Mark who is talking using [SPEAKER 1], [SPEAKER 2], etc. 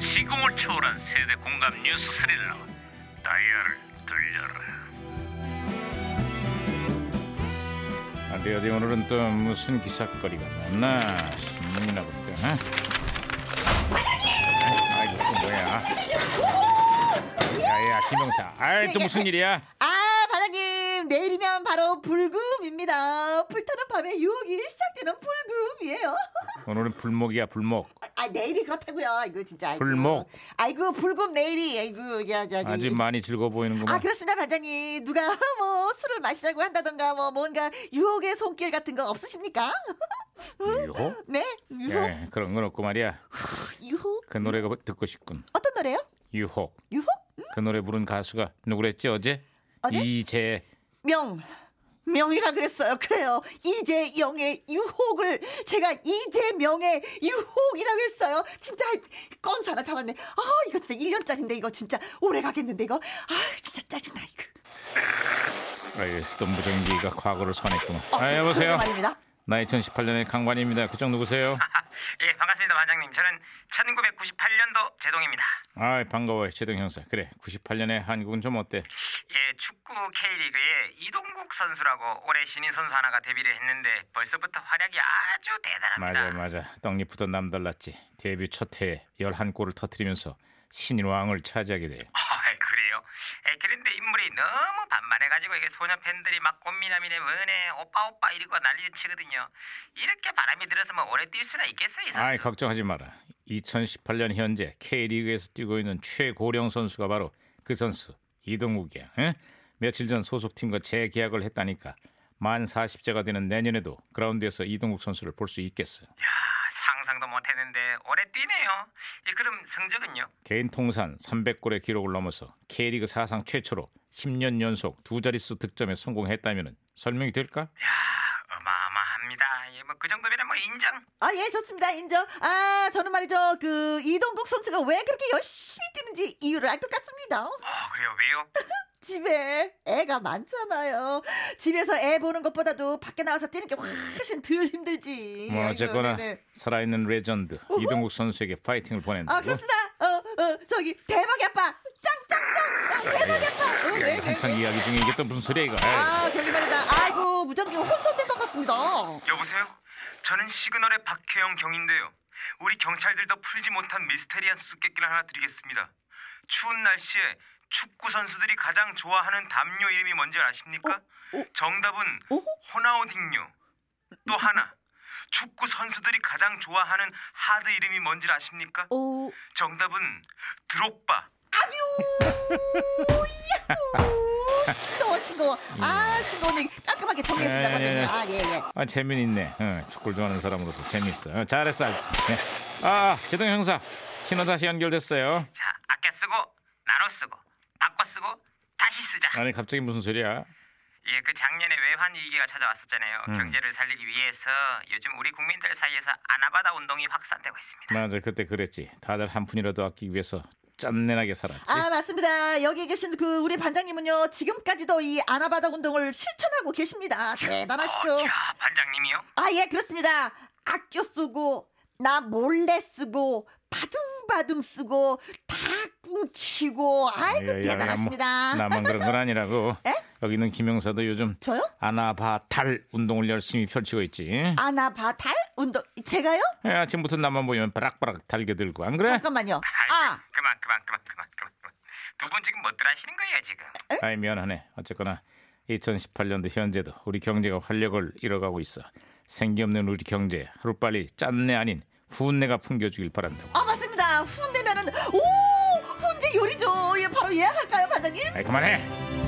[SPEAKER 1] 시공을 초월한 세대 공감 뉴스 스릴러 다이얼 돌려라
[SPEAKER 2] 아, 네, 어디 어디 오늘은 또 무슨 기사거리가 났나 신문이나 볼까? 어? 아이고 또 뭐야? 야야 김영사, 아이 또 무슨 일이야?
[SPEAKER 3] 아, 바다님, 내일이면 바로 불금입니다. 불타는 밤에 유혹이 시작되는 불금이에요.
[SPEAKER 2] 오늘은 불목이야 불목.
[SPEAKER 3] 아, 내일이 그렇다고요. 이거 진짜. 아이고.
[SPEAKER 2] 불목.
[SPEAKER 3] 아이고, 불금 내일이. 아이고, 야, 야, 야.
[SPEAKER 2] 아주 많이 즐거워 보이는구만.
[SPEAKER 3] 아, 그렇습니다, 반장님. 누가 뭐 술을 마시자고 한다던가 뭐 뭔가 유혹의 손길 같은 거 없으십니까?
[SPEAKER 2] 유호?
[SPEAKER 3] 네? 유혹?
[SPEAKER 2] 예, 그런 건 없고 말이야.
[SPEAKER 3] 유혹?
[SPEAKER 2] 그 노래가 듣고 싶군.
[SPEAKER 3] 어떤 노래요?
[SPEAKER 2] 유혹.
[SPEAKER 3] 유혹?
[SPEAKER 2] 그 노래 부른 가수가 누구랬지 어제?
[SPEAKER 3] 어제?
[SPEAKER 2] 이재.
[SPEAKER 3] 명. 명이라 그랬어요. 그래요. 이재영의 유혹을 제가 이재명의 유혹이라고 했어요. 진짜 건수 하나 잡았네. 아 이거 진짜 1년짜리인데 이거 진짜 오래 가겠는데 이거. 아 진짜 짜증나 이거.
[SPEAKER 2] 아유 또 무전기가 과거를 선했구만.
[SPEAKER 3] 어,
[SPEAKER 2] 아 여보세요.
[SPEAKER 3] 그런 말입니다.
[SPEAKER 2] 나 2018년의 강관입니다. 그쪽 누구세요?
[SPEAKER 1] 예 반갑습니다 반장님 저는 1998년도 제동입니다
[SPEAKER 2] 아 반가워요 제동 형사 그래 98년에 한국은 좀 어때
[SPEAKER 1] 예 축구 K리그에 이동국 선수라고 올해 신인 선수 하나가 데뷔를 했는데 벌써부터 활약이 아주 대단합니다
[SPEAKER 2] 맞아 맞아 떡잎부터 남달랐지 데뷔 첫 해에 11골을 터뜨리면서 신인왕을 차지하게 돼요
[SPEAKER 1] 아, 그래요 예, 그런데 인물이 너무 반반해가지고 이게 소녀 팬들이 막 꽃미남이네 은혜 오빠 오빠 이러고 난리를 치거든요 이렇게 바람이 들었으면 오래 뛸 수나 있겠어요 이 선수?
[SPEAKER 2] 아이 걱정하지 마라 2018년 현재 K리그에서 뛰고 있는 최고령 선수가 바로 그 선수 이동욱이야 응? 며칠 전 소속팀과 재계약을 했다니까 만 40세가 되는 내년에도 그라운드에서 이동욱 선수를 볼 수 있겠어
[SPEAKER 1] 야, 상상도 못했는데 오래 뛰네요. 예, 그럼 성적은요?
[SPEAKER 2] 개인 통산 300골의 기록을 넘어서 K리그 사상 최초로 10년 연속 두 자릿수 득점에 성공했다면 설명이 될까?
[SPEAKER 1] 야, 어마어마합니다. 예, 뭐그 정도면 뭐 인정.
[SPEAKER 3] 아 예 좋습니다 인정. 아 저는 말이죠 그 이동국 선수가 왜 그렇게 열심히 뛰는지 이유를 알 것 같습니다.
[SPEAKER 1] 어, 그래요. 왜요?
[SPEAKER 3] 집에 애가 많잖아요. 집에서 애 보는 것보다도 밖에 나와서 뛰는 게 훨씬 덜 힘들지.
[SPEAKER 2] 뭐
[SPEAKER 3] 예, 아이고,
[SPEAKER 2] 어쨌거나
[SPEAKER 3] 네네.
[SPEAKER 2] 살아있는 레전드 이동국 선수에게 파이팅을 보낸다.
[SPEAKER 3] 아 그렇습니다. 어, 어, 저기 대박이 아빠, 짱짱짱, 대박이 아빠. 어, 네, 네,
[SPEAKER 2] 한창
[SPEAKER 3] 네.
[SPEAKER 2] 이야기 중에 이게 또 무슨 소리야 이거? 에이.
[SPEAKER 3] 아 그러게 말이다. 아이고 무전기 혼선된 것 같습니다. 어?
[SPEAKER 1] 여보세요? 저는 시그널의 박혜영 경인데요. 우리 경찰들도 풀지 못한 미스테리한 수수께끼를 하나 드리겠습니다. 추운 날씨에 축구 선수들이 가장 좋아하는 담요 이름이 뭔지 아십니까?
[SPEAKER 3] 어?
[SPEAKER 1] 정답은
[SPEAKER 3] 어?
[SPEAKER 1] 호나우딩요. 또 하나. 축구 선수들이 가장 좋아하는 하드 이름이 뭔지 아십니까?
[SPEAKER 3] 어,
[SPEAKER 1] 정답은 드록바.
[SPEAKER 3] 아뮤. 싱거워 싱거워. 아 싱거워네. 깔끔하게 정리했습니다,
[SPEAKER 2] 예, 예.
[SPEAKER 3] 반장님. 아 예예.
[SPEAKER 2] 아 재미있네. 어, 축구를 좋아하는 사람으로서 재밌어. 어, 잘했어. 알지? 예. 아 제동 형사 신호 다시 연결됐어요.
[SPEAKER 1] 자, 아껴 쓰고 나눠 쓰고 바꿔 쓰고 다시 쓰자.
[SPEAKER 2] 아니 갑자기 무슨 소리야?
[SPEAKER 1] 예, 그 작년에 외환 위기가 찾아왔었잖아요. 경제를 살리기 위해서 요즘 우리 국민들 사이에서 아나바다 운동이 확산되고 있습니다.
[SPEAKER 2] 맞아 그때 그랬지. 다들 한 푼이라도 아끼기 위해서 짠내나게 살았지.
[SPEAKER 3] 아 맞습니다. 여기 계신 그 우리 반장님은요 지금까지도 이 아나바다 운동을 실천하고 계십니다. 대단하시죠?
[SPEAKER 1] 야, 어, 반장님이요?
[SPEAKER 3] 아 예 그렇습니다. 아껴 쓰고 나 몰래 쓰고 바둥바둥 쓰고 다 꿍치고 아이고
[SPEAKER 2] 예, 야, 야,
[SPEAKER 3] 대단하십니다. 예?
[SPEAKER 2] 야, 뭐, 나만 그런 건 아니라고. 여기 있는 김영사도 요즘
[SPEAKER 3] 저요?
[SPEAKER 2] 아나바탈 운동을 열심히 펼치고 있지.
[SPEAKER 3] 아나바달 운동 제가요?
[SPEAKER 2] 야, 아침부터 나만 보이면 바락바락 달게 들고 안
[SPEAKER 3] 네.
[SPEAKER 2] 그래?
[SPEAKER 3] 잠깐만요.
[SPEAKER 1] 아이,
[SPEAKER 3] 아
[SPEAKER 1] 그만, 그만, 그만, 그만, 그만. 두 분 지금 뭐들 하시는 거예요, 지금?
[SPEAKER 2] 아이 미안하네. 어쨌거나 2018년도 현재도 우리 경제가 활력을 잃어가고 있어. 생기 없는 우리 경제 하루빨리 짠내 아닌 훈내가 풍겨주길 바란다고.
[SPEAKER 3] 아, 맞습니다. 훈되면은 오 훈제 요리죠. 예 바로 예약할까요 반장님?
[SPEAKER 2] 아이 그만해.